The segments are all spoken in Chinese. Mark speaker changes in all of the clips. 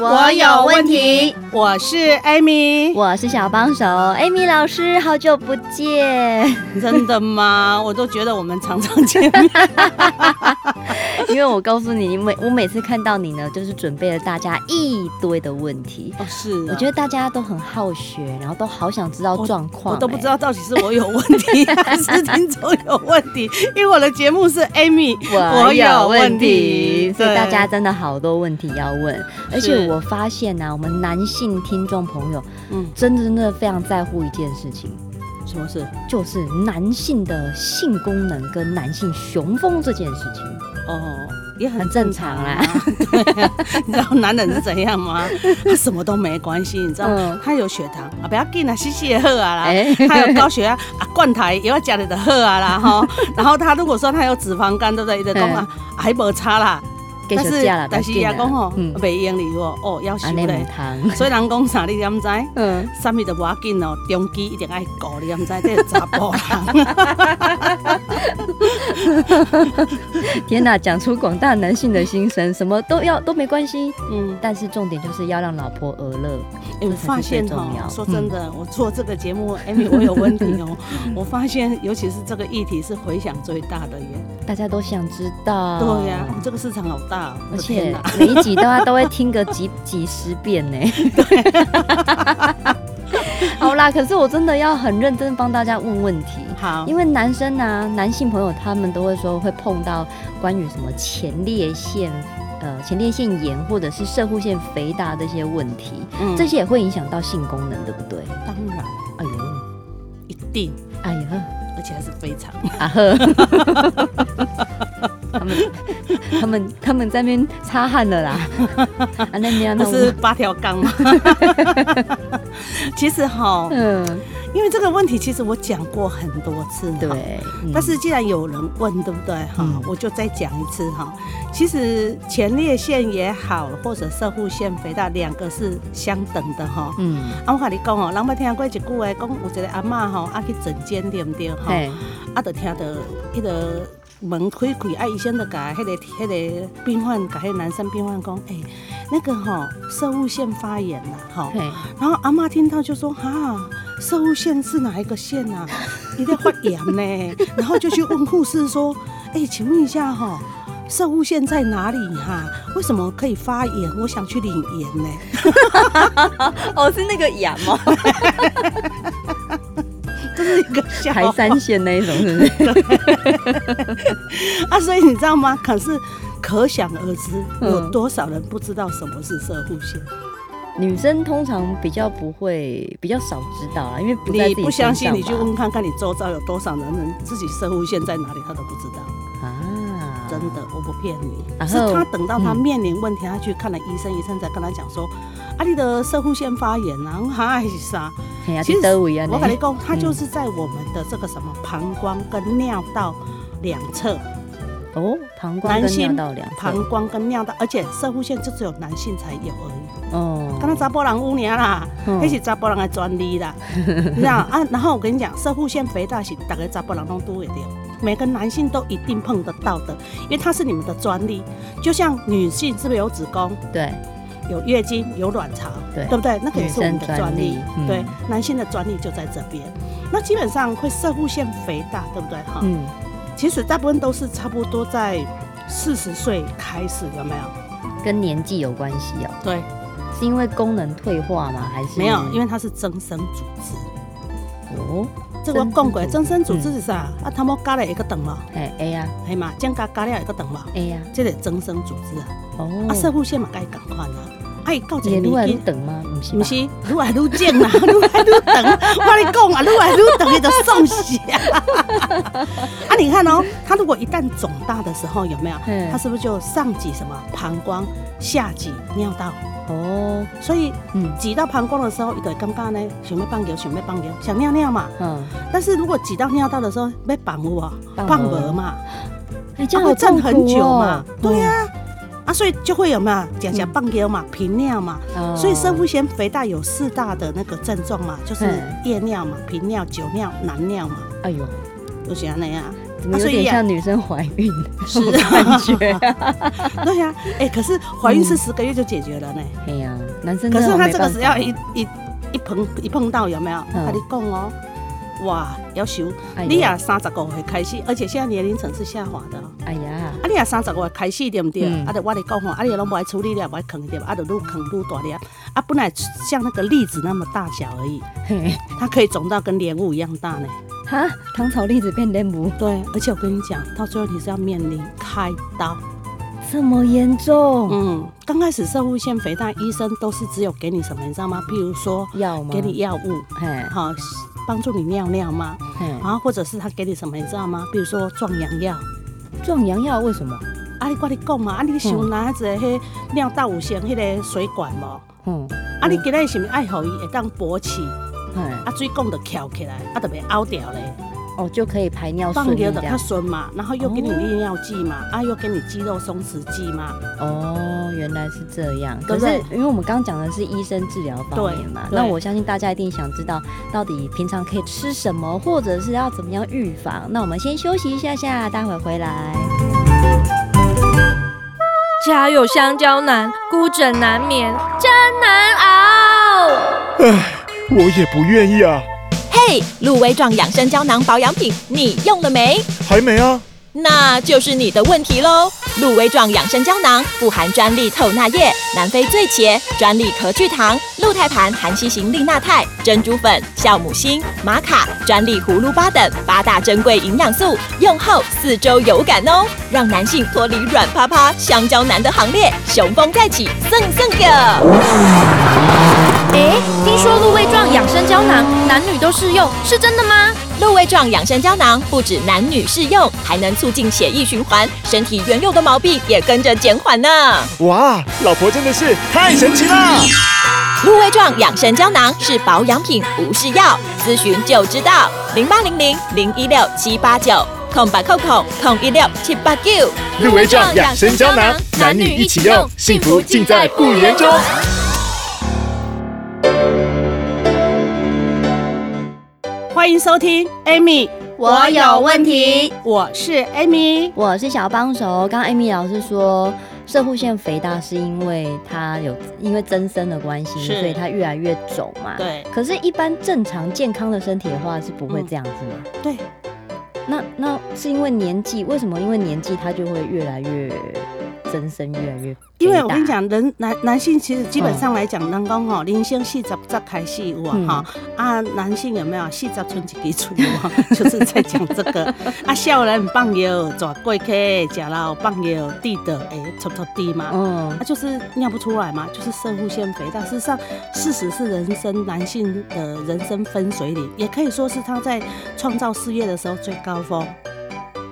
Speaker 1: 我有问题，
Speaker 2: 我是 Amy。
Speaker 1: 我是小帮手 Amy 老师，好久不见。
Speaker 2: 真的 吗？我都觉得我们常常见面。
Speaker 1: 因为我告诉你，每我每次看到你呢，就是准备了大家一堆的问题。
Speaker 2: 哦，是
Speaker 1: 我觉得大家都很好学，然后都好想知道状况、
Speaker 2: 我都不知
Speaker 1: 哎。
Speaker 2: 道到底是我有问题 还是听众有问题，因为我的节目是 Amy，
Speaker 1: 哎我有问题，所以
Speaker 2: 对
Speaker 1: 大家真的好多问题要问，而且
Speaker 2: 是
Speaker 1: 我发现啊呢、我们男性听众朋友
Speaker 2: 嗯，
Speaker 1: 真的真的非常在乎一件事情，
Speaker 2: 什么事？
Speaker 1: 就是男性的性功能跟男性雄风这件事情。
Speaker 2: 哦，也很
Speaker 1: 很正常啦
Speaker 2: 正常 啊。对啊，你知道男人是怎样 吗？他什么都没关系，你知道吗
Speaker 1: 嗯？
Speaker 2: 他有血糖啊，不要紧啦，洗洗也好啊啦。
Speaker 1: 哎、
Speaker 2: 他有高血压啊，罐头也要加你的喝啊啦哈。 然后他如果说他有脂肪肝，对不对？他就讲啊，
Speaker 1: 嗯
Speaker 2: 还无差啦。
Speaker 1: 给
Speaker 2: 但
Speaker 1: 休
Speaker 2: 是
Speaker 1: 假了，
Speaker 2: 但是也讲吼，
Speaker 1: 嗯，
Speaker 2: 袂用你哦，哦要
Speaker 1: 安
Speaker 2: 修
Speaker 1: 尼
Speaker 2: 嘞
Speaker 1: 唔。通。
Speaker 2: 所以人讲啥，你敢知？
Speaker 1: 嗯，
Speaker 2: 啥物都无要紧哦，中期一定爱顾，你敢知？这是查甫人，
Speaker 1: 天哪，讲出广大男性的心声，什么都要都没关系，
Speaker 2: 嗯，
Speaker 1: 但是重点就是要让老婆而乐。
Speaker 2: 哎我
Speaker 1: 这才是
Speaker 2: 发现
Speaker 1: 最重
Speaker 2: 哈，
Speaker 1: 要嗯
Speaker 2: 说真的，我做这个节目，Amy，我有问题 哦。我发现，尤其是这个议题是回响最大的耶。
Speaker 1: 大家都想知道。
Speaker 2: 对呀，这个市场好大哦，我
Speaker 1: 哦而
Speaker 2: 的天
Speaker 1: 且
Speaker 2: 哪
Speaker 1: 每一集大家都会听个几几十遍呢。 好啦，可是我真的要很认真帮大家问问题，
Speaker 2: 好，
Speaker 1: 因为男生啊，男性朋友他们都会说会碰到关于什么前列腺。呃，前列腺炎或者是射护腺肥大这些问题，
Speaker 2: 嗯
Speaker 1: 这些也会影响到性功能，对不对？
Speaker 2: 当然
Speaker 1: 哎呦，
Speaker 2: 一定，
Speaker 1: 哎 呀，
Speaker 2: 而且还是非 常。
Speaker 1: 啊呵，他们他们他们在那边擦汗了啦，啊那边
Speaker 2: 不
Speaker 1: 那
Speaker 2: 是，八条杠吗？ 其实哈，
Speaker 1: 嗯，
Speaker 2: 因为这个问题，其实我讲过很多次，哈。
Speaker 1: 对，嗯
Speaker 2: 但是既然有人问，对不对哈？
Speaker 1: 嗯
Speaker 2: 我就再讲一次哈。其实前列腺也好，或者射护腺肥大，两个是相等的哈。
Speaker 1: 嗯，
Speaker 2: 啊，我跟你讲哦，人捌听过一句话，讲有一个阿嬷吼，啊去诊间对不对哈？
Speaker 1: 哎，
Speaker 2: 啊，就听到迄个门开开，啊，医生就甲迄、个迄、个病患，甲迄个男生病患讲，诶、那个吼、射物腺发炎啦，吼、
Speaker 1: 嘿，
Speaker 2: 然后阿妈听到就说：“哈，射物腺是哪一个腺 啊？你在发炎呢？”然后就去问护士说：“哎、请问一下哈、射物腺在哪里哈、为什么可以发炎？我想去领盐 呢。
Speaker 1: 哦，是那个痒哦，”
Speaker 2: 这是一个笑
Speaker 1: 台
Speaker 2: 话
Speaker 1: 三线那一种，是不是？
Speaker 2: 啊，所以你知道吗？可是可想而知，
Speaker 1: 嗯
Speaker 2: 有多少人不知道什么是射护腺？
Speaker 1: 女生通常比较不会，比较少知道啊啦，因为不在
Speaker 2: 你
Speaker 1: 自己
Speaker 2: 不相信，
Speaker 1: 身
Speaker 2: 你去
Speaker 1: 上嘛
Speaker 2: 问看看，你周遭有多少男人自己射护腺在哪里，他都不知道。
Speaker 1: 啊，
Speaker 2: 真的，我不骗你，
Speaker 1: 然
Speaker 2: 是
Speaker 1: 后
Speaker 2: 他等到他
Speaker 1: 啊嗯
Speaker 2: 面临问题，他去看了医生，医生才跟他讲说，啊，你的射护腺发炎啊，我哈还是啥？
Speaker 1: 嘿啊，
Speaker 2: 其
Speaker 1: 其
Speaker 2: 实
Speaker 1: 实我
Speaker 2: 我跟你讲，他
Speaker 1: 嗯
Speaker 2: 就是在我们的这个什么膀胱跟尿道两侧，
Speaker 1: 哦，膀胱
Speaker 2: 男
Speaker 1: 跟尿
Speaker 2: 性
Speaker 1: 道两
Speaker 2: 膀
Speaker 1: 旁
Speaker 2: 胱跟尿道，而且射护腺就只有男性才有而已，
Speaker 1: 哦，
Speaker 2: 跟他查甫人有尔啦，
Speaker 1: 嗯
Speaker 2: 那是查甫人的专利啦， 你知道啊？然后我跟你讲，射护腺肥大是大概查甫人都都会掉，每个男性都一定碰得到的，因为它是你们的专利。就像女性是不是有子宫、
Speaker 1: 对，
Speaker 2: 有月经、有卵巢，
Speaker 1: 对
Speaker 2: 不对？那个也是我们的专利，
Speaker 1: 女生专利嗯
Speaker 2: 对，男性的专利就在这边。那基本上会射护腺肥大，对不对？哈、
Speaker 1: 嗯，
Speaker 2: 其实大部分都是差不多在四十岁开始，有没有？
Speaker 1: 跟年纪有关系哦，
Speaker 2: 对，
Speaker 1: 是因为功能退化吗？还是
Speaker 2: 没有，因
Speaker 1: 为
Speaker 2: 为它是增生组织。
Speaker 1: 哦，
Speaker 2: 这个我讲过，增
Speaker 1: 增
Speaker 2: 生
Speaker 1: 生
Speaker 2: 组
Speaker 1: 组
Speaker 2: 织
Speaker 1: 织
Speaker 2: 是啥？啊，他们加了一个等嘛，
Speaker 1: 哎 A 呀
Speaker 2: 系嘛，增加加了一个等嘛，
Speaker 1: A 呀，
Speaker 2: 这个增生组织啊，
Speaker 1: 哦
Speaker 2: 啊，，射护腺嘛该赶快啊，啊，伊到一
Speaker 1: 也
Speaker 2: 个
Speaker 1: 越来
Speaker 2: 年
Speaker 1: 越
Speaker 2: 纪，
Speaker 1: 等吗？不是吧，
Speaker 2: 毋是愈来愈正啦， 愈来愈 长，我跟你讲啊，愈来愈长，伊就送死啊！啊，你看哦，它如果一旦肿大的时候，有没有
Speaker 1: 嗯？
Speaker 2: 它是不是就上挤什么膀胱，下挤尿道？
Speaker 1: 哦，
Speaker 2: 所以
Speaker 1: 嗯
Speaker 2: 挤到膀胱的时候，伊就会感觉呢，想要放尿，想要放尿，想尿尿嘛。
Speaker 1: 嗯，
Speaker 2: 但是如果挤到尿道的时候，要放有哦，
Speaker 1: 放
Speaker 2: 放
Speaker 1: 无
Speaker 2: 无嘛，
Speaker 1: 哎，这
Speaker 2: 它
Speaker 1: 样
Speaker 2: 会
Speaker 1: 好
Speaker 2: 啊站
Speaker 1: 痛苦
Speaker 2: 很久嘛
Speaker 1: 哦。。
Speaker 2: 对呀、啊，所以就会有嘛，讲讲放尿嘛，频尿嘛。
Speaker 1: 嗯哦，
Speaker 2: 所以生物腺肥大有四大的那个症状嘛，就是
Speaker 1: 嗯
Speaker 2: 夜尿嘛、频尿、久尿、难尿嘛，
Speaker 1: 哎呦，
Speaker 2: 就是那样啊。
Speaker 1: 怎么
Speaker 2: 啊
Speaker 1: 有
Speaker 2: 所以
Speaker 1: 点
Speaker 2: 呀
Speaker 1: 像女生怀孕
Speaker 2: 是啊
Speaker 1: 的感啊 觉？
Speaker 2: 对呀、哎、可是怀孕是十个月就解决了呢。
Speaker 1: 哎呀，男生
Speaker 2: 可
Speaker 1: 真
Speaker 2: 是
Speaker 1: 的
Speaker 2: 他
Speaker 1: 没
Speaker 2: 这个
Speaker 1: 办
Speaker 2: 只
Speaker 1: 法
Speaker 2: 要一一一碰一碰到有没有？
Speaker 1: 嗯
Speaker 2: 我跟你讲哦，哇，要修
Speaker 1: 哎。呦
Speaker 2: 你也三十五岁开始，而且现在年龄层是下滑的哦。
Speaker 1: 哎呀，
Speaker 2: 啊，你也三十五岁开始对不对？
Speaker 1: 嗯
Speaker 2: 啊，就我跟你讲吼，啊，你拢不爱处理，你也不爱啃对吧？啊，就愈啃愈大粒。啊，本来像那个栗子那么大小而已，
Speaker 1: 嘿，
Speaker 2: 它可以肿到跟莲雾一样大呢。
Speaker 1: 哈，糖炒栗子变莲雾，
Speaker 2: 对，而且我跟你讲，到最后你是要面临开刀。
Speaker 1: 这么严重？
Speaker 2: 嗯，刚开始射物腺肥大，医生都是只有给你什么，你知道吗？譬如说
Speaker 1: 药吗？
Speaker 2: 给你，药物，
Speaker 1: 嘿，
Speaker 2: 好帮助你尿尿吗？
Speaker 1: 嘿，
Speaker 2: 然后或者是他给你什么，你知道吗？比如说壮阳药。
Speaker 1: 壮阳药为什么？
Speaker 2: 啊，你跟你讲嘛，啊，
Speaker 1: 嗯
Speaker 2: 你想拿一个迄尿道有型迄个水管无？啊，
Speaker 1: 嗯，
Speaker 2: 你今日是毋是爱互伊会当勃起？
Speaker 1: 嘿，
Speaker 2: 啊，水管就翘起来，啊，就袂凹掉嘞。
Speaker 1: 哦，就可以排尿
Speaker 2: 放
Speaker 1: 顺利
Speaker 2: 尿
Speaker 1: 这
Speaker 2: 就较
Speaker 1: 样。
Speaker 2: 顺嘛，然后又给你利尿剂嘛，
Speaker 3: 哦
Speaker 2: 啊，又给你肌肉松弛剂嘛。
Speaker 1: 哦，原来是这样。
Speaker 2: 对
Speaker 1: 可
Speaker 2: 不
Speaker 1: 是
Speaker 2: 对
Speaker 1: 因为我们刚刚讲的是医生治疗方面嘛，
Speaker 2: 对对
Speaker 1: 那我相信大家一定想知道到底平常可以吃什么，或者是要怎么样预防。那我们先休息一下下，待会儿回来。
Speaker 3: 家有香蕉难，孤枕难眠，真难熬。
Speaker 4: 我也不愿意啊，
Speaker 5: 嘿，鹿威壮养生胶囊保养品，你用了没？
Speaker 4: 还没啊，
Speaker 5: 那就是你的问题喽。鹿威壮养生胶囊富含专利透钠液、南非醉茄、专利壳聚糖、鹿胎盘含硒型利钠肽、珍珠粉、酵母锌、玛卡、专利葫芦巴等八大珍贵营养素，用后四周有感哦，让男性脱离软趴趴香蕉男的行列，雄风再起，蹭蹭个。
Speaker 3: 哎，听说鹿味壮养生胶囊男女都适用，是真的吗？
Speaker 5: 鹿味壮养生胶囊不止男女适用，还能促进血液循环，身体原有的毛病也跟着减缓呢。
Speaker 4: 哇，老婆真的是太神奇了。
Speaker 5: 鹿味壮养生胶囊是保养品，不是药，咨询就知道。零八零零零一六七八九，空白扣空空一六七八九。
Speaker 4: 入围状养生胶囊，男女一起用，幸福尽在不言中。
Speaker 2: 欢迎收听 Amy，
Speaker 3: 我有问题。
Speaker 2: 我是 Amy。
Speaker 1: 我是小帮手。刚刚 Amy 老师说，射护腺肥大是因为它有因为增生的关系，
Speaker 2: 是
Speaker 1: 所以它越来越肿嘛。。
Speaker 2: 对
Speaker 1: 可是，一般正常健康的身体的话是不会这样子嘛？
Speaker 2: 嗯对，
Speaker 1: 那那是因为年纪，为什么？因为年纪它就会越来越增生，越来越肥
Speaker 2: 因为我
Speaker 1: 大
Speaker 2: 跟你，讲，人男男性其实基本上来讲，人讲
Speaker 3: 嗯
Speaker 2: 吼，人生四十才开始有啊
Speaker 1: 嗯
Speaker 2: 哈、啊，男性有没有四十剩一支嘴啊？ 就是在讲这个啊，少年放尿，抓过去，食了放尿，滴的诶，戳戳滴嘛。
Speaker 1: 嗯
Speaker 2: 啊，就是尿不出来嘛，就是射护腺肥大。事实上，事实是人生男性的人生分水岭，也可以说是他在创造事业的时候最高峰，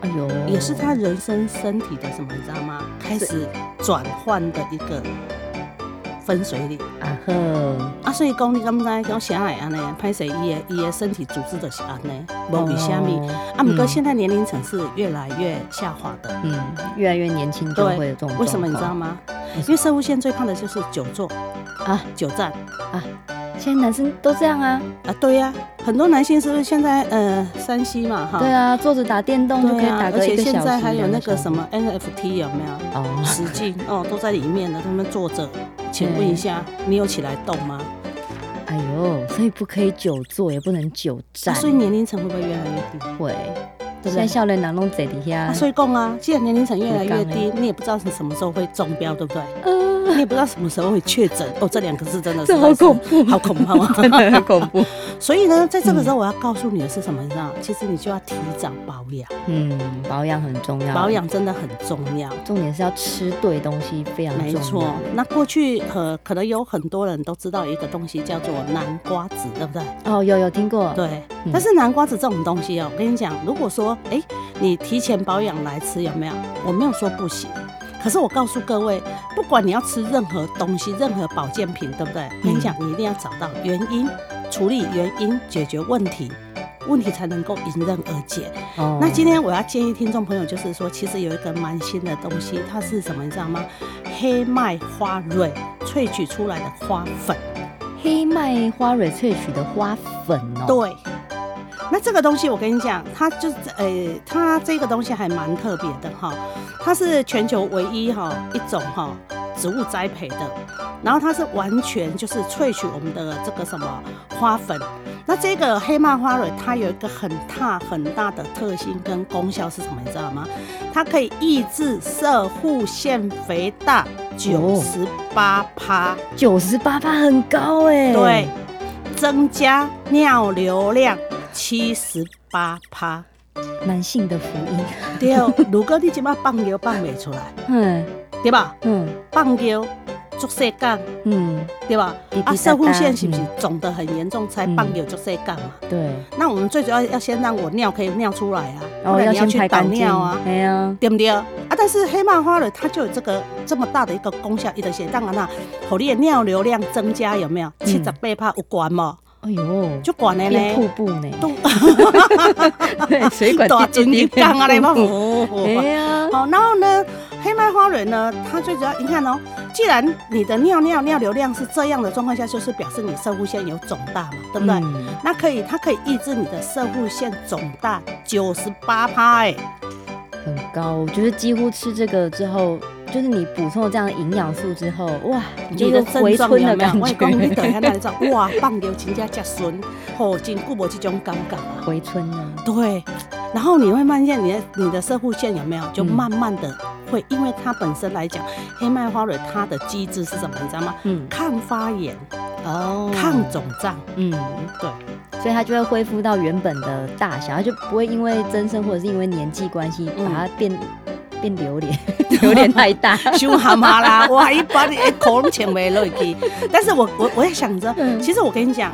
Speaker 1: 哎呦，
Speaker 2: 也是他人生身体的什么，你知道吗？开始转换的一个分水岭
Speaker 1: 啊呵，
Speaker 2: 啊。所以讲，你敢不知讲啥会安尼？拍摄伊的伊的身体组织就是安尼，无为虾米？
Speaker 1: 哦
Speaker 2: 啊，不过
Speaker 1: 嗯
Speaker 2: 现在年龄层是越来越下滑的，
Speaker 1: 嗯，越来越年轻就
Speaker 2: 对
Speaker 1: 会有这种
Speaker 2: 为什么你
Speaker 1: 状
Speaker 2: 知道
Speaker 1: 况？
Speaker 2: 吗？
Speaker 1: 为什么
Speaker 2: 因为射护腺最胖的就是久坐
Speaker 1: 啊，
Speaker 2: 久站。
Speaker 1: 现在男生都这样啊，
Speaker 2: 啊，对呀、很多男性是不是现在呃山西嘛哈？
Speaker 1: 对啊，坐着打电动就可
Speaker 2: 对
Speaker 1: 以
Speaker 2: 啊，
Speaker 1: 打
Speaker 2: 而
Speaker 1: 个一
Speaker 2: 且
Speaker 1: 个
Speaker 2: 现
Speaker 1: 小时。
Speaker 2: 在还有那个
Speaker 1: 两小时
Speaker 2: 什么 NFT 有没 有？
Speaker 1: 哦，
Speaker 2: 实境哦，都在里面的，他们坐着。请问一下，你有起来动吗？啊
Speaker 1: 哎呦，所以不可以久坐，也不能久
Speaker 2: 啊
Speaker 1: 站，
Speaker 2: 所以年龄层会不会越来越低？
Speaker 1: 会。
Speaker 2: 对不对啊
Speaker 1: 现在笑脸男弄嘴底下
Speaker 2: 啊，，所以讲啊，既然年龄层越来越
Speaker 1: 很
Speaker 2: 低，你也不知道你什么时候会中标，对不对？
Speaker 1: 呃，
Speaker 2: 你也不知道什么时候会确诊。哦，这两个字真的是
Speaker 1: 这好恐怖
Speaker 2: 好恐怖啊！
Speaker 1: 真的嗯很恐怖。
Speaker 2: 所以呢，在这个时候我要告诉你的是什么？你知道，其实你就要提早保养，
Speaker 1: 嗯，保养很重要，
Speaker 2: 保养真的很重要。
Speaker 1: 重点是要吃对东西，非常
Speaker 2: 没
Speaker 1: 重要。
Speaker 2: 错，那过去呃，可能有很多人都知道一个东西叫做南瓜子，对不对？
Speaker 1: 哦，有有听过，
Speaker 2: 对
Speaker 1: 嗯，
Speaker 2: 但是南瓜子这种东西哦，我跟你讲，如果说哎、你提前保养来吃，有没有？我没有说不行。可是我告诉各位，不管你要吃任何东西，任何保健品，对不对？
Speaker 1: 嗯
Speaker 2: 我跟你讲，你一定要找到原因，处理原因，解决问题，问题才能够迎刃而解。
Speaker 1: 哦
Speaker 2: 那今天我要建议听众朋友，就是说，其实有一个蛮新的东西，它是什么，你知道吗？黑麦花蕊萃取出来的花粉。
Speaker 1: 黑麦花蕊萃取的花粉哦，，
Speaker 2: 对，那这个东西我跟你讲，它就是呃，它这个东西还蛮特别的哈，它是全球唯一哈一种哈植物栽培的，然后它是完全就是萃取我们的这个什么花粉。那这个黑曼花蕊，它有一个很大很大的特性跟功效是什么，你知道吗？它可以抑制射护腺肥大九十八趴。
Speaker 1: 九十八帕很高哎，
Speaker 2: 对，，增加尿流量七十八 趴。
Speaker 1: 男性的福音，
Speaker 2: 对，如果你即摆放尿放袂出来，
Speaker 1: 嗯
Speaker 2: 对吧？
Speaker 1: 嗯
Speaker 2: 放尿足细杠，
Speaker 1: 嗯，
Speaker 2: 对吧
Speaker 1: 滴滴？
Speaker 2: 啊，
Speaker 1: 答答
Speaker 2: 射护腺是不是
Speaker 1: 嗯
Speaker 2: 肿得很严重才放尿足细杠嘛？
Speaker 1: 对，
Speaker 2: 那我们最主要要先让我尿可以尿出来啊，
Speaker 1: 然
Speaker 2: 不
Speaker 1: 后
Speaker 2: 然你
Speaker 1: 哦先
Speaker 2: 去
Speaker 1: 排
Speaker 2: 导
Speaker 1: 干净
Speaker 2: 尿啊。
Speaker 1: 哎呀，
Speaker 2: 对不对？啊，但是黑曼花蕊它就有这个这么大的一个功效，伊就是当然啦，让你的尿流量增加有没有？七十八趴有关无？
Speaker 1: 哎呦，
Speaker 2: 就管的
Speaker 1: 变瀑
Speaker 2: 呢。
Speaker 1: 布呢，
Speaker 2: 都
Speaker 1: 对，水管
Speaker 2: 大
Speaker 1: 滴
Speaker 2: 尊
Speaker 1: 滴
Speaker 2: 你
Speaker 1: 滴变
Speaker 2: 讲啊，来嘛。
Speaker 1: 瀑布，
Speaker 2: 哦哦
Speaker 1: 哎
Speaker 2: 哦
Speaker 1: 呀，
Speaker 2: 好，然后呢，黑麦花蕊呢，它最主要，你看哦，既然你的尿尿尿流量是这样的状况下，就是表示你射护腺有肿大嘛，对不对？
Speaker 1: 嗯
Speaker 2: 那可以，它可以抑制你的射护腺肿大九十八趴，哎、
Speaker 1: 很高，我觉得几乎吃这个之后，就是你补充了这样的营养素之后，哇，你就
Speaker 2: 你
Speaker 1: 有
Speaker 2: 的
Speaker 1: 一个回
Speaker 2: 症状
Speaker 1: 春的
Speaker 2: 有没有？
Speaker 1: 感
Speaker 2: 我讲你
Speaker 1: 觉，
Speaker 2: 等下那种，哇，放尿真正这顺，哦，真久无这种感觉啊。
Speaker 1: 回春呢，
Speaker 2: 对，然后你会发现你的你的射护腺有没有就
Speaker 1: 嗯
Speaker 2: 慢慢的会，因为它本身来讲，黑麦花蕊它的机制是什么？你知道吗？
Speaker 1: 嗯，
Speaker 2: 抗发炎、
Speaker 1: 哦
Speaker 2: 抗肿胀。
Speaker 1: 嗯。
Speaker 2: 对，
Speaker 1: 所以它就会恢复到原本的大小，它就不会因为增生或者是因为年纪关系把
Speaker 2: 嗯
Speaker 1: 它变、变榴莲， 榴莲太 大。
Speaker 2: 胸蛤蟆 啦，哇，一哎把你口拢钱没落去。但是我我我在想着，
Speaker 1: 嗯
Speaker 2: 其实我跟你讲，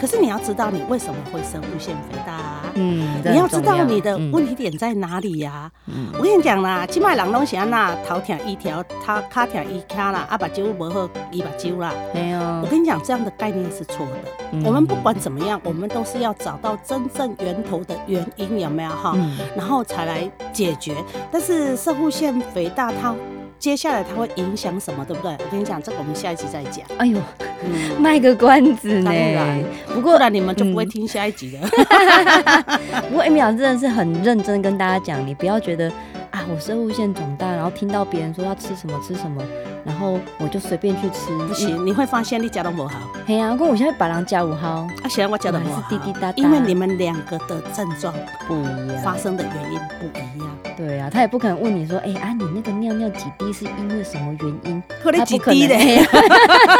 Speaker 2: 可是你要知道你为什么会生无限肥大、啊。
Speaker 1: 嗯，这
Speaker 2: 你要
Speaker 1: 很
Speaker 2: 知
Speaker 1: 重
Speaker 2: 道你的
Speaker 1: 嗯
Speaker 2: 问题点在哪里呀、
Speaker 1: 嗯
Speaker 2: 我跟你讲啦，即卖人拢是安那头疼一条，他卡疼一卡啦，啊目睭无好，伊目睭啦。
Speaker 1: 没有、
Speaker 2: 我跟你讲，这样的概念是错的。
Speaker 1: 嗯
Speaker 2: 我们不管怎么样，我们都是要找到真正源头的原因，有没有哈？
Speaker 1: 嗯
Speaker 2: 然后才来解决。但是射护腺肥大它。接下来它会影响什么，对不对？我跟你讲，这个我们下一集再讲。
Speaker 1: 哎呦，
Speaker 2: 嗯，
Speaker 1: 卖个关子呢
Speaker 2: 当然。
Speaker 1: 不
Speaker 2: 不
Speaker 1: 过，
Speaker 2: 然你们就不会
Speaker 1: 嗯
Speaker 2: 听下一集了。
Speaker 1: 不过 Amy 老师真的是很认真跟大家讲，你不要觉得啊，我生物腺肿大，然后听到别人说要吃什么吃什么，然后我就随便去吃。
Speaker 2: 不行，你会发现你讲的不好，
Speaker 1: 嘿呀、啊，不过我现在把人加五号
Speaker 2: 啊，显然我讲的不好
Speaker 1: 嗯还，是滴滴答答
Speaker 2: 因为你们两个的症状
Speaker 1: 不一样。
Speaker 2: 发生的原因不一样。
Speaker 1: 对啊，他也不可能问你说，哎、啊，你那个尿尿几滴是因为什么原因？
Speaker 2: 喝了
Speaker 1: 他
Speaker 2: 几
Speaker 1: 不可
Speaker 2: 滴
Speaker 1: 能
Speaker 2: 嘞？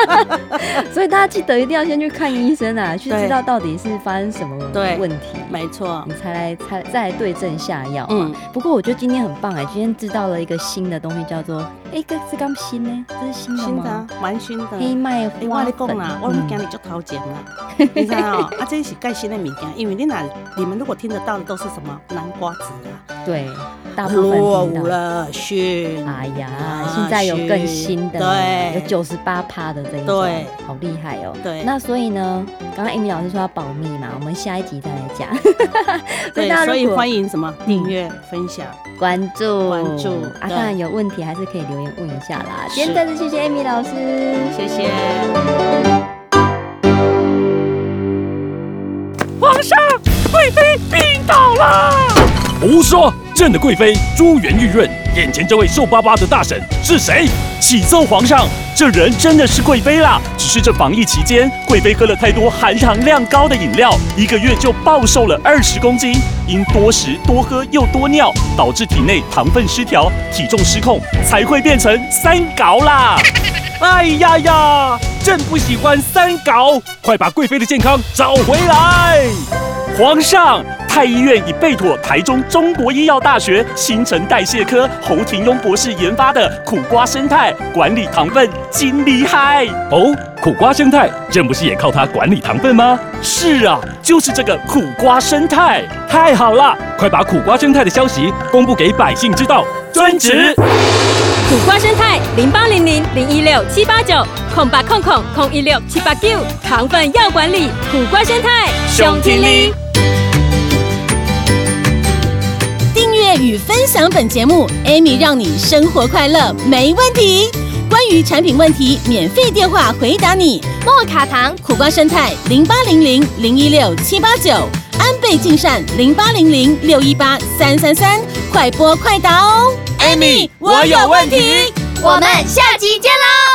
Speaker 1: 所以大家记得一定要先去看医生啊，去
Speaker 2: 对
Speaker 1: 知道到底是发生什么
Speaker 2: 对
Speaker 1: 问题，
Speaker 2: 没错，
Speaker 1: 你才来才再来对症下药。
Speaker 2: 嗯，
Speaker 1: 不过我觉得今天很棒哎、今天知道了一个新的东西，叫做哎，这是刚新呢，这是新的
Speaker 2: 新
Speaker 1: 吗？
Speaker 2: 的啊，蛮新的。
Speaker 1: 黑麦
Speaker 2: 欸、我
Speaker 1: 花
Speaker 2: 跟你
Speaker 1: 粉。嗯
Speaker 2: 讲啦，我拢今日足头前啦， 你知道哦？啊，这是盖新的物件，因为你哪你们如果听得到的都是什么南瓜子啊、哦
Speaker 1: 嗯对，大部
Speaker 2: 落
Speaker 1: 分
Speaker 2: 伍
Speaker 1: 听到。
Speaker 2: 了逊，
Speaker 1: 哎呀，
Speaker 2: 啊
Speaker 1: 现在有更新的，
Speaker 2: 对
Speaker 1: 有九十八趴的这一种，
Speaker 2: 对
Speaker 1: 好厉害哦。
Speaker 2: 对
Speaker 1: 那所以呢，刚刚 Amy 老师说要保密嘛，我们下一集再来讲。
Speaker 2: 对，
Speaker 1: 大家
Speaker 2: 所以
Speaker 1: 如果嗯
Speaker 2: 欢迎什么订阅、分享，
Speaker 1: 关注
Speaker 2: 关注
Speaker 1: 啊，
Speaker 2: 对
Speaker 1: 当然有问题还是可以留言问一下啦。
Speaker 2: 是
Speaker 1: 今天再次谢谢 Amy 老师，
Speaker 2: 谢谢。
Speaker 6: 胡说！朕的贵妃珠圆玉润，眼前这位瘦巴巴的大婶是谁？启奏皇上，这人真的是贵妃啦！只是这防疫期间，贵妃喝了太多含糖量高的饮料，一个月就暴瘦了二十公斤。因多食、多喝又多尿，导致体内糖分失调，体重失控，才会变成三高啦。哎呀呀，朕不喜欢三搞，快把贵妃的健康找回来！皇上，太医院已备妥台中中国医药大学新陈代谢科侯廷庸博士研发的苦瓜生态管理糖分金厉害哦，苦瓜生态，朕不是也靠它管理糖分吗？是啊，就是这个苦瓜生态，太好了！快把苦瓜生态的消息公布给百姓知道，专职。
Speaker 7: 苦瓜生态零八零零零一六七八九空八空空空一六七八九，糖分要管理，苦瓜生态
Speaker 6: 熊天林。
Speaker 5: 订阅与分享本节目，Amy 让你生活快乐没问题。关于产品问题，免费电话回答你。
Speaker 3: 莫卡糖。
Speaker 5: 苦瓜生态零八零零零一六七八九，安倍晋善零八零零六一八三三三，快播快答哦。Amy，我有问题。
Speaker 3: 我们下集见喽！